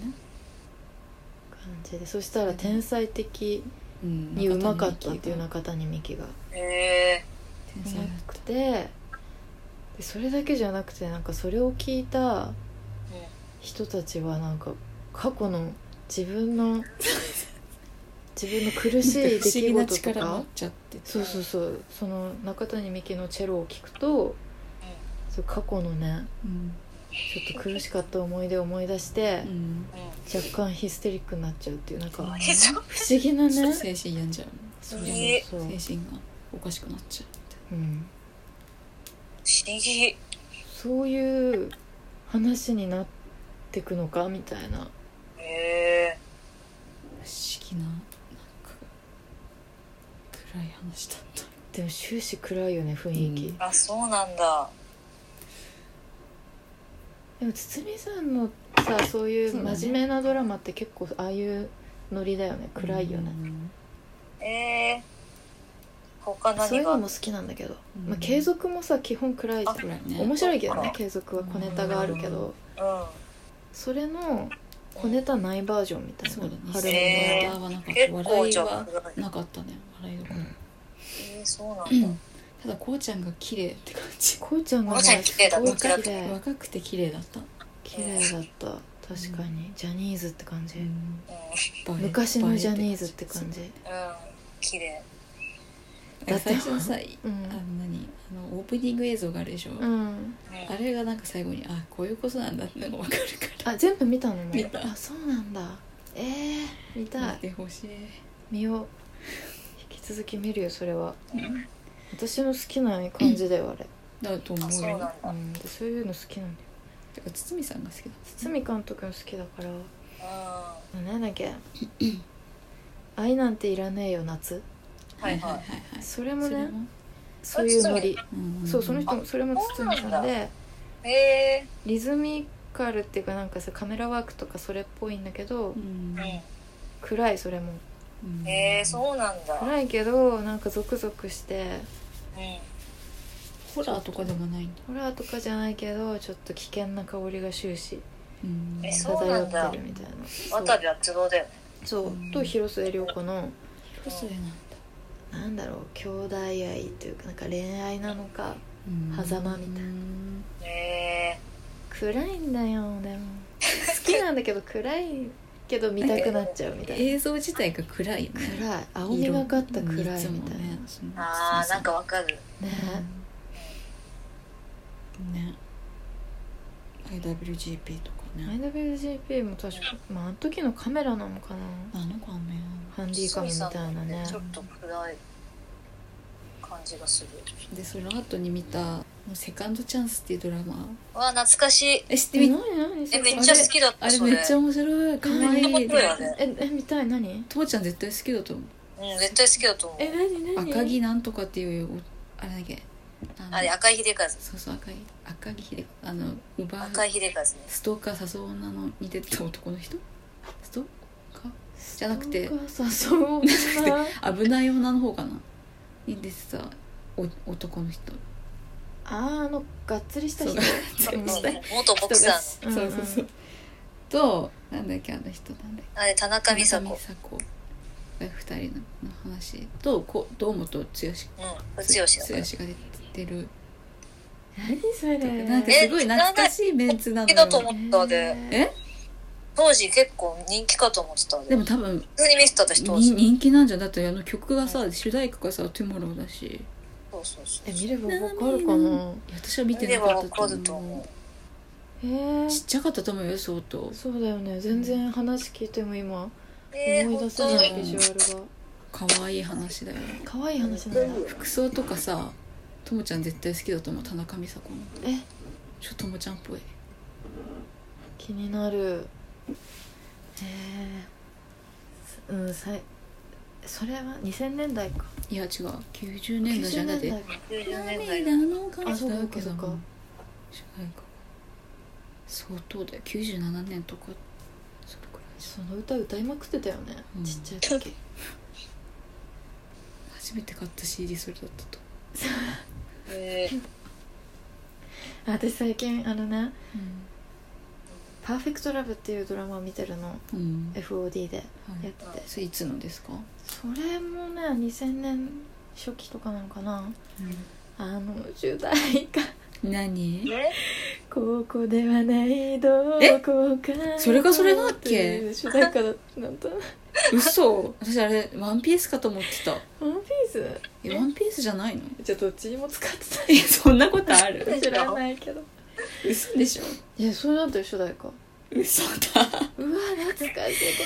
Speaker 1: じでそしたら天才的
Speaker 4: うん
Speaker 1: にうまかったっていう
Speaker 4: 中
Speaker 1: 中谷美紀が
Speaker 3: へえ
Speaker 4: 谷美紀
Speaker 1: う
Speaker 4: が
Speaker 1: ま
Speaker 4: 天才だった
Speaker 1: くてでそれだけじゃなくてなんかそれを聞いた人たちはなんか過去の自分の自分の苦しい出来事と
Speaker 4: 不思議な力持
Speaker 1: か
Speaker 4: っちゃって
Speaker 1: そうそうそうその中谷美紀のチェロを聞くとそう過去のね
Speaker 4: うん
Speaker 1: ちょっと苦しかった思い出を思い出して
Speaker 4: うん
Speaker 3: う
Speaker 1: 若干ヒステリックになっちゃうっていうなんか
Speaker 3: ん
Speaker 1: 不
Speaker 3: えそう
Speaker 1: 思議なね
Speaker 4: ちょっと
Speaker 1: そう
Speaker 4: 精神病んじゃう
Speaker 1: そう
Speaker 3: え
Speaker 1: そう、
Speaker 4: 精神がおかしくなっちゃう
Speaker 1: うん、
Speaker 3: 不思議
Speaker 1: そういう話になってくのかみたいな
Speaker 3: へえ
Speaker 4: 不思議ななんか暗い話だった
Speaker 1: でも終始暗いよね雰囲気、
Speaker 4: うん
Speaker 3: あそうなんだ
Speaker 1: でも堤さんのさそういう
Speaker 4: そうだね
Speaker 1: 真面目なドラマって結構ああいうノリだよね暗いよね、
Speaker 4: うん
Speaker 3: ええ他
Speaker 1: そういう
Speaker 3: 何
Speaker 1: の
Speaker 3: が
Speaker 1: も好きなんだけど、
Speaker 4: うん
Speaker 1: まあ、継続もさ基本暗いじゃん
Speaker 4: 暗いね
Speaker 1: 面白いけど
Speaker 3: そ
Speaker 1: ね
Speaker 3: っか
Speaker 1: 継続は小ネタがあるけど
Speaker 3: うん
Speaker 1: それの小ネタないバージョンみたいな
Speaker 4: そうだね
Speaker 1: 春の
Speaker 3: へ
Speaker 1: ね
Speaker 3: ー
Speaker 4: ネタはなか
Speaker 3: 結
Speaker 4: っ
Speaker 3: 構
Speaker 4: た笑い
Speaker 3: じゃあ
Speaker 4: は
Speaker 3: 暗い
Speaker 4: なかったね笑いどころ
Speaker 3: えー、そうなんだ
Speaker 4: ただこうちゃんが綺麗って感 じ
Speaker 1: こうちゃんが
Speaker 3: こうちゃん綺麗だった
Speaker 1: こうちゃん綺麗
Speaker 4: 若くて綺麗だった
Speaker 1: 綺麗だった確かにジャニーズって感じ、
Speaker 4: うんバレ
Speaker 1: 昔のジャニーズって感じ
Speaker 3: うんうん綺麗
Speaker 4: だって最初のさ
Speaker 1: う
Speaker 4: あの
Speaker 1: ん、
Speaker 4: 何あのオープニング映像があるでしょ、
Speaker 1: うん、
Speaker 3: うん
Speaker 4: あれがなんか最後にあこういうことなんだってのが分かるか
Speaker 1: あ全部見たのもう
Speaker 4: 見た
Speaker 1: あそうなんだえー、見た
Speaker 4: ら見
Speaker 1: い
Speaker 4: てほしい
Speaker 1: 見よう引き続き見るよそれは、私の好きな感じだよあれ、
Speaker 4: だと思
Speaker 3: あ
Speaker 4: う
Speaker 3: そうなん
Speaker 4: よ
Speaker 3: だ
Speaker 1: う、ん、でそういうの好きなんだよ
Speaker 4: てか堤さんが好きだ
Speaker 1: 堤監督の好きだから
Speaker 3: うん
Speaker 1: なんだっけ「愛なんていらねえよ夏
Speaker 3: はいはい
Speaker 4: はいはい
Speaker 1: それも
Speaker 4: それ
Speaker 1: ね
Speaker 4: も
Speaker 1: そういうノリ
Speaker 4: うん
Speaker 1: そうその人もそれも
Speaker 3: そう
Speaker 1: 堤
Speaker 3: なんだ
Speaker 1: さんで
Speaker 3: え
Speaker 1: リズミカルっていうかなんかさカメラワークとかそれっぽいんだけど
Speaker 4: うん
Speaker 3: ー
Speaker 1: 暗いそれも
Speaker 4: うん
Speaker 3: うん、えー、そうなんだ、うん、
Speaker 1: 暗いけどなんかゾクゾクして
Speaker 4: ホラーとかでもないんだ
Speaker 1: ホラーとかじゃないけどちょっと危険な香りが終始
Speaker 4: うん
Speaker 3: えそう
Speaker 1: 漂
Speaker 3: なんだ
Speaker 1: ってるみたいな
Speaker 3: 渡部篤郎だよね
Speaker 1: そうと広末涼子の
Speaker 4: 広末なんだ
Speaker 1: なんだろう兄弟愛というかなんか恋愛なのか
Speaker 4: うん
Speaker 1: 狭間みたいな
Speaker 4: うん
Speaker 3: え
Speaker 1: 暗いんだよでも好きなんだけど暗いけど見たくなっちゃうみたいな
Speaker 4: 映像自体が暗いよね
Speaker 1: 暗い青みがかった暗いみたいな
Speaker 4: つも
Speaker 1: ね
Speaker 4: ねそ
Speaker 3: ー、
Speaker 4: の
Speaker 3: あーなんかわかる
Speaker 4: うんね IWGP とかね
Speaker 1: IWGP も確かまああの時のカメラなのかな
Speaker 4: あの画面
Speaker 1: ハンディカムみたいなね
Speaker 3: ちょっと暗い感じがする
Speaker 4: でその後に見た「セカンドチャンス」っていうドラマ
Speaker 3: うわ懐かしい
Speaker 4: え知って
Speaker 1: え
Speaker 4: み
Speaker 1: 何何
Speaker 3: えめっちゃ好きだっ
Speaker 4: あ
Speaker 3: た
Speaker 4: れ
Speaker 3: それ
Speaker 4: めっちゃ面白いかわい
Speaker 3: めっ
Speaker 4: い
Speaker 3: ちゃ面白いよね
Speaker 1: ええ見たい何
Speaker 4: 父ちゃん絶対好きだと思
Speaker 3: うん絶対好きだと思う
Speaker 1: え何
Speaker 4: う
Speaker 1: 何
Speaker 4: 赤木なんとかっていうおあれだっけの
Speaker 3: あれ赤い秀和
Speaker 4: そうそう赤い赤木秀子あの奪う
Speaker 3: 赤い秀和ね
Speaker 4: ストーカー誘う女のに出てた男の人ストーカじゃなくて
Speaker 1: そうかさそうな
Speaker 4: ー危ない女の方かなに出てたお男の人
Speaker 1: あーあのがっつりした
Speaker 4: そう
Speaker 1: 人う
Speaker 4: が
Speaker 1: ん
Speaker 4: 全部
Speaker 3: 元ボクサー
Speaker 4: 人がそうそうそう、となんだっけあの人なんだっけ
Speaker 3: のあれ田中美佐
Speaker 4: 美
Speaker 3: 子
Speaker 4: 佐子二人の話とこ堂本
Speaker 3: う
Speaker 4: 剛
Speaker 3: ん、うつよしだ
Speaker 4: 剛
Speaker 3: か
Speaker 4: が
Speaker 3: ら。
Speaker 4: 出てる
Speaker 1: 何それ
Speaker 4: なんかすごい懐かしいメンツなの
Speaker 3: 好きだと
Speaker 4: よ
Speaker 3: 思ったで、
Speaker 4: え
Speaker 3: 当時結構人気かと思ってたで。
Speaker 4: でも多分
Speaker 3: 普通に見せた私当時。
Speaker 4: に人気なんじゃんだってあの曲がさ主題歌がさ「トゥモロー」だしい
Speaker 3: そうそうそう。
Speaker 1: え見ればわかるかな
Speaker 4: や私は見て
Speaker 3: で
Speaker 4: な
Speaker 3: は
Speaker 4: か
Speaker 3: わか
Speaker 4: った
Speaker 3: ると
Speaker 4: と思
Speaker 3: 思
Speaker 4: う
Speaker 1: えー
Speaker 4: ちっちゃかったと思うよ相当
Speaker 1: そうだよね全然話聞いても今
Speaker 3: う。えー、
Speaker 1: 思い出
Speaker 3: 本
Speaker 1: せ
Speaker 3: 当
Speaker 1: ない
Speaker 3: に。
Speaker 1: ビジュアルが
Speaker 4: 可愛い話だよ
Speaker 1: 可愛い話なんだ
Speaker 4: 服装とかさともちゃん絶対好きだと思う田中美佐子の
Speaker 1: え
Speaker 4: ちょっとともちゃんっぽい
Speaker 1: 気になるえー、うんさいそれは2000年代か
Speaker 4: いや違う90年代じゃなくて
Speaker 1: 90か
Speaker 3: 90年代
Speaker 4: 涙の感
Speaker 1: あ
Speaker 4: じ
Speaker 1: そう
Speaker 4: だ
Speaker 1: かそ
Speaker 4: よ
Speaker 1: う
Speaker 4: け
Speaker 1: かそ
Speaker 4: ど
Speaker 1: う
Speaker 4: も
Speaker 1: か
Speaker 4: 主題歌相当だよ97年とかそれくらいでしょ
Speaker 1: その歌歌いまくってたよね、
Speaker 4: うん
Speaker 1: ちっちゃい時
Speaker 4: 初めて買った CD それだったと、
Speaker 3: えー、
Speaker 1: あ私最近あのね「パーフェクトラブっていうドラマを見てるの
Speaker 4: うん
Speaker 1: FOD でや
Speaker 4: は
Speaker 1: っ
Speaker 4: い、
Speaker 1: てて
Speaker 4: それいつのですか、
Speaker 1: それもね2000年初期とかなのかなあの主題歌
Speaker 4: 何
Speaker 3: ね
Speaker 1: 「ここではないどこか」
Speaker 4: それがそれだっけ
Speaker 1: ていう主題歌だなんと
Speaker 4: 嘘私あれ「ワンピースかと思ってた
Speaker 1: 「ワンピース
Speaker 4: えワンピースじゃないの
Speaker 1: じゃあどっちにも使ってた
Speaker 4: えそんなことある
Speaker 1: 知らないけど
Speaker 4: 嘘でしょ
Speaker 1: いやそれだったよ主題歌
Speaker 4: 嘘だ
Speaker 1: うわ懐かしい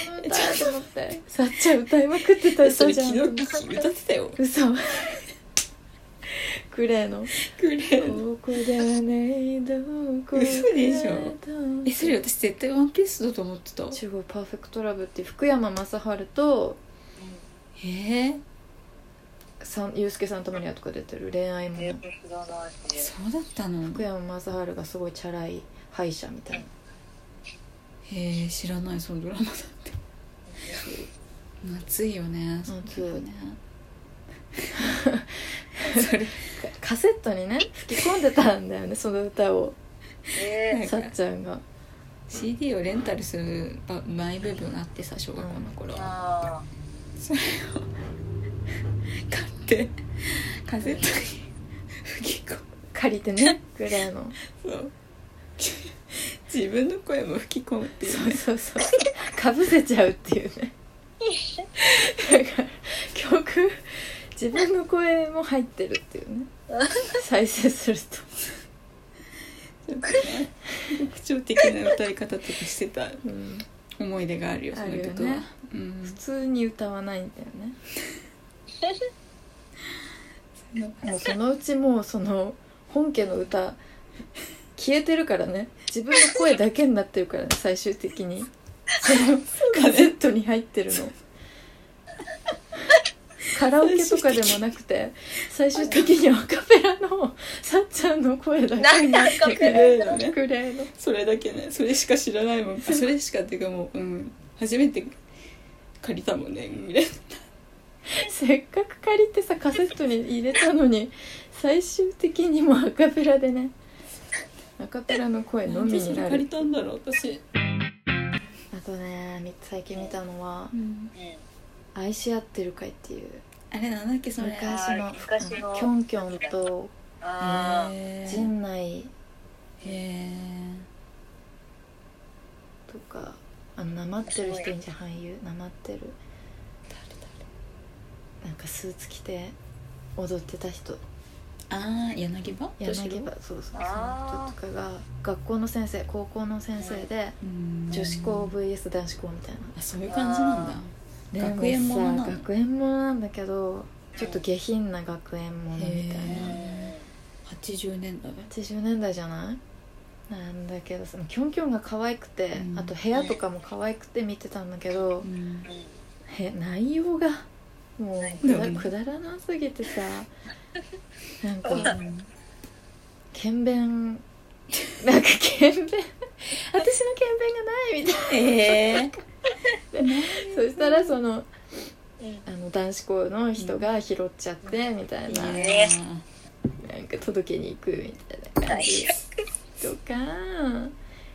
Speaker 1: この歌と思って さっちゃん歌いまくってた人
Speaker 4: それ
Speaker 1: じゃ
Speaker 4: 昨
Speaker 1: ん
Speaker 4: 日歌ってたよ
Speaker 1: 嘘グレーの
Speaker 4: くれ
Speaker 1: 「ここではないどこか
Speaker 4: 嘘でしょ
Speaker 1: と
Speaker 4: えそれ私絶対ワンピースだと思ってた
Speaker 1: 中国パーフェクトラブっていう福山雅治と
Speaker 4: へえ
Speaker 1: さんユースケ・サンタマリアとか出てる恋愛も
Speaker 3: え
Speaker 1: の
Speaker 3: ー、知らないね。
Speaker 4: そうだったの
Speaker 1: 福山雅治がすごいチャラい歯医者みたいな
Speaker 4: へえ知らないそのドラマだって夏いよね
Speaker 1: 夏
Speaker 4: その曲ね それ
Speaker 1: カセットにね吹き込んでたんだよねその歌を
Speaker 3: え
Speaker 4: なん
Speaker 1: さ
Speaker 4: か
Speaker 1: っちゃんが
Speaker 4: CD をレンタルするば前部分あってさ小学校の頃
Speaker 3: ー、あ
Speaker 4: 買ってカセットに吹き込む
Speaker 1: 借りて ねグレーの
Speaker 4: そう 自分の声も吹き込むっていう
Speaker 1: そうそうそうかぶせちゃうっていうねだから曲自分の声も入ってるっていうね再生すると
Speaker 4: ちょっと特徴的な歌い方とかしてた
Speaker 1: うん
Speaker 4: 思い出があるよその曲
Speaker 1: あ
Speaker 4: は、
Speaker 1: るよね
Speaker 4: うん
Speaker 1: 普通に歌わないんだよねもうそのうちもうその本家の歌消えてるからね自分の声だけになってるからね最終的にそのカセットに入ってるのカラオケとかでもなくて最終的にアカペラのさっちゃんの声だけになって
Speaker 3: なんでアカペ
Speaker 1: く
Speaker 3: ラ
Speaker 1: れのくれの
Speaker 4: それだけねそれしか知ら ないもんそれしかっていうかもう、うん、初めて借りたもんねみたいな
Speaker 1: せっかく借りてさカセットに入れたのに最終的にもアカペラでねアカペラの声の
Speaker 4: なん
Speaker 1: み
Speaker 4: でそ
Speaker 1: に
Speaker 4: れ
Speaker 1: な
Speaker 4: 借り
Speaker 1: る
Speaker 4: たんだろう私、
Speaker 1: あとねみ最近見たのは
Speaker 3: ー、う
Speaker 1: 「愛し合ってる会」っていう
Speaker 4: あれなんだっけそれ
Speaker 3: あ
Speaker 1: 昔の
Speaker 3: ー昔の
Speaker 1: うんキョンキョンと
Speaker 3: ん。あー、
Speaker 4: へー
Speaker 1: 陣内
Speaker 4: へ
Speaker 1: とかあのなまってる人いんじゃん俳優なまってるなんかスーツ着て踊ってた人
Speaker 4: ーあー柳葉
Speaker 1: 柳葉そうそうその
Speaker 3: あ
Speaker 1: 人とかが学校の先生高校の先生で
Speaker 4: うん
Speaker 1: 女子校 VS 男子校みたいな
Speaker 4: あそういう感じなんだ
Speaker 1: でもさ
Speaker 4: 学園ものなの
Speaker 1: 学園ものなんだけどちょっと下品な学園ものみたい
Speaker 4: へ
Speaker 1: な
Speaker 3: うん
Speaker 4: 80年代
Speaker 1: 80年代じゃないなんだけどそのキョンキョンが可愛くて、
Speaker 4: うん
Speaker 1: あと部屋とかも可愛くて見てたんだけど
Speaker 4: う、ん
Speaker 3: うん
Speaker 1: へ内容がもうくだくだらなすぎてさなんか検便なんか検便私の検便がないみたい
Speaker 4: え
Speaker 1: なそしたらその
Speaker 3: うん
Speaker 1: あの男子校の人が拾っちゃってみたいな。
Speaker 3: え
Speaker 1: なんか届けに行くみたいな感じとかな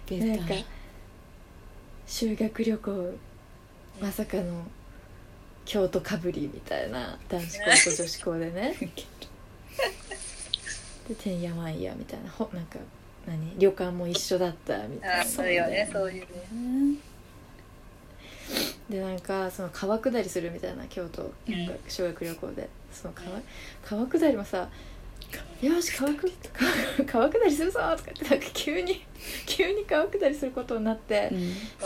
Speaker 4: ベ
Speaker 1: んか修学旅行まさかの京都かぶりみたいな男子高校女子校で ねでてんやわんやみたいなほなんか何旅館も一緒だったみたい
Speaker 3: あ
Speaker 1: な
Speaker 3: あそうよねそういうね
Speaker 1: でなんかその川下りするみたいな京都
Speaker 3: うん
Speaker 1: 修学旅行でその川川下りもさ「よし川下川川下りするぞ!」とかってなんか急に 急に川下りすることになって、
Speaker 4: うん
Speaker 3: う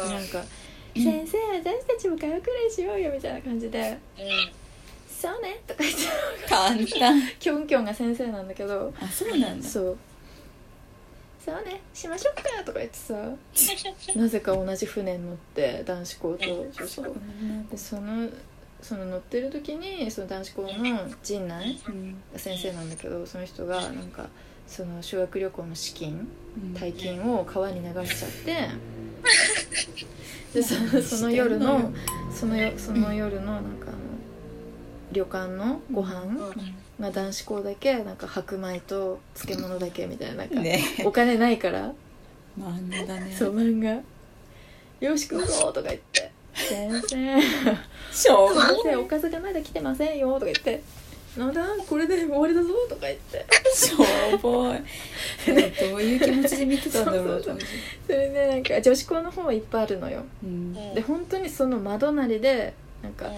Speaker 3: ん
Speaker 1: なんか「先生私たちも川下りしようよ」みたいな感じで
Speaker 3: う
Speaker 1: 「そうね」とか言って
Speaker 4: 簡単
Speaker 1: キョンキョンが先生なんだけど
Speaker 4: あそうなんだ
Speaker 1: そう「そうねしましょうか」とか言ってさ なぜか同じ船に乗って男子校と女子校でそのその乗ってる時にその男子校の陣内
Speaker 4: うん
Speaker 1: 先生なんだけどその人がなんかその修学旅行の資金
Speaker 4: うん
Speaker 1: 大金を川に流しちゃってでそのその夜のそのよその夜のなんかあの旅館のご
Speaker 3: ん
Speaker 1: 飯が男子校だけなんか白米と漬物だけみたいななんか、
Speaker 4: ね
Speaker 1: お金ないから
Speaker 4: 漫画だね
Speaker 1: そう漫画「よろしくぞ」とか言って「先生」
Speaker 4: しょうが
Speaker 1: 先生おかずがまだ来てませんよ」とか言って「なんだこれで終わりだぞ」とか言って
Speaker 4: しょぼいどういう気持ちで見てたんだろうと思って
Speaker 1: それでなんか女子校の方はいっぱいあるのよ
Speaker 4: うん
Speaker 3: ん
Speaker 1: で本当にその窓なりでなん
Speaker 3: う
Speaker 1: か
Speaker 3: ん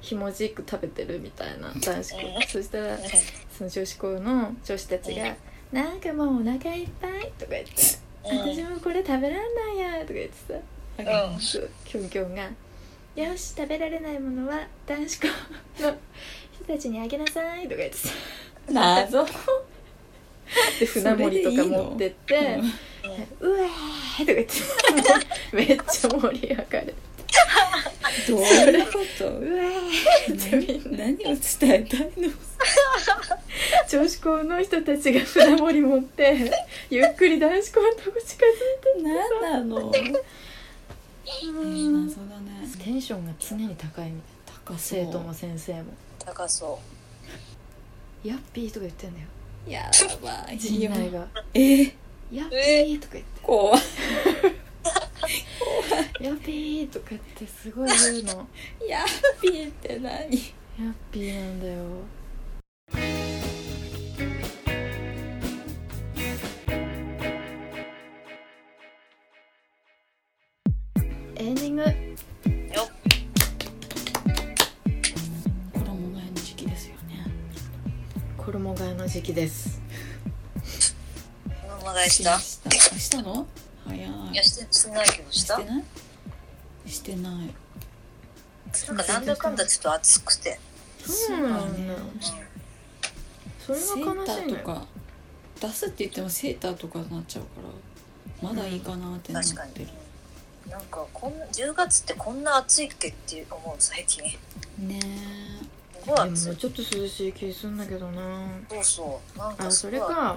Speaker 1: ひもじく食べてるみたいな男子
Speaker 3: うん
Speaker 1: 校そしたら
Speaker 3: うん
Speaker 1: その女子校の女子たちが「なんかもうお腹いっぱい」とか言って「私もこれ食べらんないや」とか言ってさ
Speaker 3: うん
Speaker 1: そうキョンキョンが「よし食べられないものは男子校の人たちにあげなさい」とか言って さ
Speaker 4: 謎
Speaker 1: で船盛りとか持ってって
Speaker 4: で
Speaker 1: 「うわー!」とか言って めっちゃ盛り上がる
Speaker 4: どういうこ
Speaker 1: 「
Speaker 4: と
Speaker 1: うわ ー!」ってみんな
Speaker 4: 何を伝えたいの
Speaker 1: 女子校の人たちが船盛り持 ってゆっくり男子校のとこ近づいて
Speaker 4: 何なの
Speaker 1: っ
Speaker 4: 謎だね
Speaker 1: てテンションが常に高いみたいな
Speaker 4: 高そう
Speaker 1: 生徒も先生も
Speaker 3: 高そ
Speaker 1: 「ヤッピー」とか言ってんだよ
Speaker 4: やばい
Speaker 1: 陣内が
Speaker 4: えー
Speaker 1: 「ヤッピー」とか言って
Speaker 4: 怖い
Speaker 1: 「ヤッピー」とかってすごい言う の
Speaker 4: やっぴーって
Speaker 1: ヤ
Speaker 4: 何
Speaker 1: ッピーなんだよエンディング
Speaker 3: うよっ
Speaker 4: 衣替えの時期ですよね
Speaker 1: 衣替えの時期です
Speaker 3: 衣替えした
Speaker 4: したしたの早い
Speaker 3: いやしてしてないけどした
Speaker 4: してないしてない
Speaker 3: なんかなんだかんだちょっと暑くて
Speaker 1: そうなんだよそれが
Speaker 4: セ
Speaker 1: 悲
Speaker 4: ータ
Speaker 1: しい
Speaker 4: ーと
Speaker 1: のよ
Speaker 4: か出すって言ってもセーターとかになっちゃうからまだいいかなって
Speaker 3: うん
Speaker 4: なっ
Speaker 3: 確か
Speaker 4: て
Speaker 3: に
Speaker 4: る、
Speaker 3: なんかこんな10月ってこんな暑いっけって思う最近す
Speaker 4: ね
Speaker 3: ごい
Speaker 1: でも
Speaker 3: 暑
Speaker 1: も
Speaker 3: いう
Speaker 1: ちょっと涼しい気するんだけどな
Speaker 3: そうそうなん
Speaker 1: あ
Speaker 3: かす
Speaker 1: そ
Speaker 3: ごい
Speaker 1: れか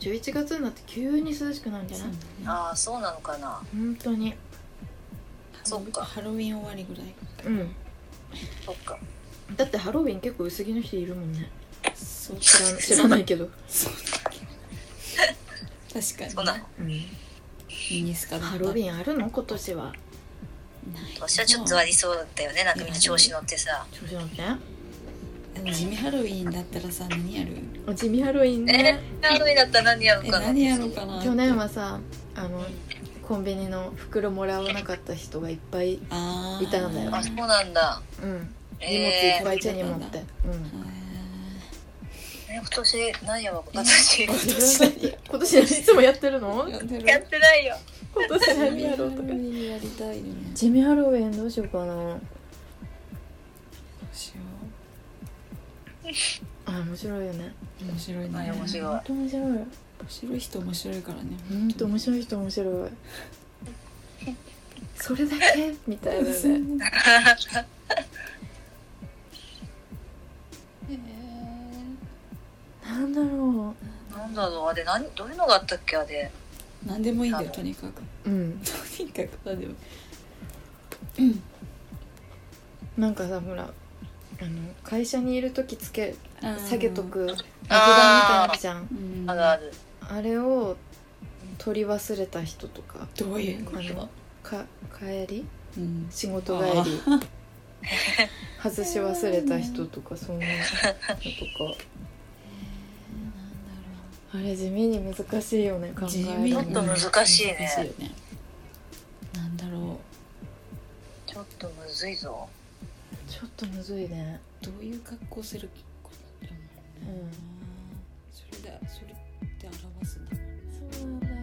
Speaker 1: 11月になって急に涼しくなるん
Speaker 4: え
Speaker 1: じゃない
Speaker 4: そうだね
Speaker 3: ああそうなのかな
Speaker 1: 本当に
Speaker 3: そっか
Speaker 4: ハロウィン終わりぐらい
Speaker 1: うん
Speaker 3: そっか
Speaker 1: だってハロウィン結構薄着の人いるもんね
Speaker 4: そう
Speaker 1: 知 らん知らないけど、
Speaker 4: そう確かにね
Speaker 3: そうなの
Speaker 1: うん
Speaker 4: ミニスカだった
Speaker 1: ハロウィンあるの今年は
Speaker 4: ない
Speaker 3: 年はちょっとありそうだよねなんかみんな調子乗ってさ
Speaker 1: 調子乗って
Speaker 4: でも地味ハロウィンだったらさ何やる
Speaker 1: 地味ハロウィン
Speaker 3: え
Speaker 1: ね、
Speaker 3: ー、ハロウィンだったら何やろう
Speaker 4: え
Speaker 3: かな
Speaker 4: 何やろうかな
Speaker 1: 去年はさあ
Speaker 3: う
Speaker 1: の
Speaker 3: ん
Speaker 1: コンビニの袋もらわなかった人がいっぱい、
Speaker 4: あー
Speaker 1: いたんだよ
Speaker 3: あそうなんだ
Speaker 1: うん、荷物い
Speaker 3: え
Speaker 1: っ
Speaker 3: ー
Speaker 1: ぱい手に持って、うん、
Speaker 3: え今年何やろうか 私や
Speaker 1: 自分 が今年いつもやってるの
Speaker 4: やって
Speaker 3: っ
Speaker 4: る
Speaker 3: てないよ
Speaker 1: 今年
Speaker 4: 地
Speaker 1: 何
Speaker 4: 味
Speaker 1: や
Speaker 4: ハ
Speaker 1: ろ
Speaker 4: ロウ
Speaker 1: うとか
Speaker 4: ィンやりたいね
Speaker 1: 地味ハロウィンどうしようかな
Speaker 4: どうしよ
Speaker 1: あ面白いよね
Speaker 4: う面白いね
Speaker 3: はい面白い
Speaker 1: 本当面白い
Speaker 4: 面白い人面白いからね
Speaker 1: 本当面
Speaker 4: い
Speaker 1: 白い人面白いそれだけみたいなねなんだろ
Speaker 3: なんだろうあれ何どういうのがあったっけあれ
Speaker 4: 何でもいいんだよとにかく
Speaker 1: ううん
Speaker 4: とにかく何でも
Speaker 1: なんかさほらあの会社にいる時つけ下げとく爆弾みたいなのあるじゃん
Speaker 4: うん
Speaker 3: あるある
Speaker 1: あれを取り忘れた人とか
Speaker 4: どういうこ
Speaker 1: あの
Speaker 4: と
Speaker 1: か帰り
Speaker 4: うん
Speaker 1: 仕事帰り外し忘れた人とかそんなのとかあれ地味に難しいよね考
Speaker 4: 地味
Speaker 1: える
Speaker 4: に
Speaker 3: ちょっ
Speaker 1: の
Speaker 3: と難しいね
Speaker 4: 難しいよねなんだろ
Speaker 3: ちょっとむずいぞ
Speaker 1: ちょっとむずいね
Speaker 4: うどういう格好するかだもんね、
Speaker 1: うん
Speaker 4: それでそれって表すんだもんね
Speaker 1: そうだよ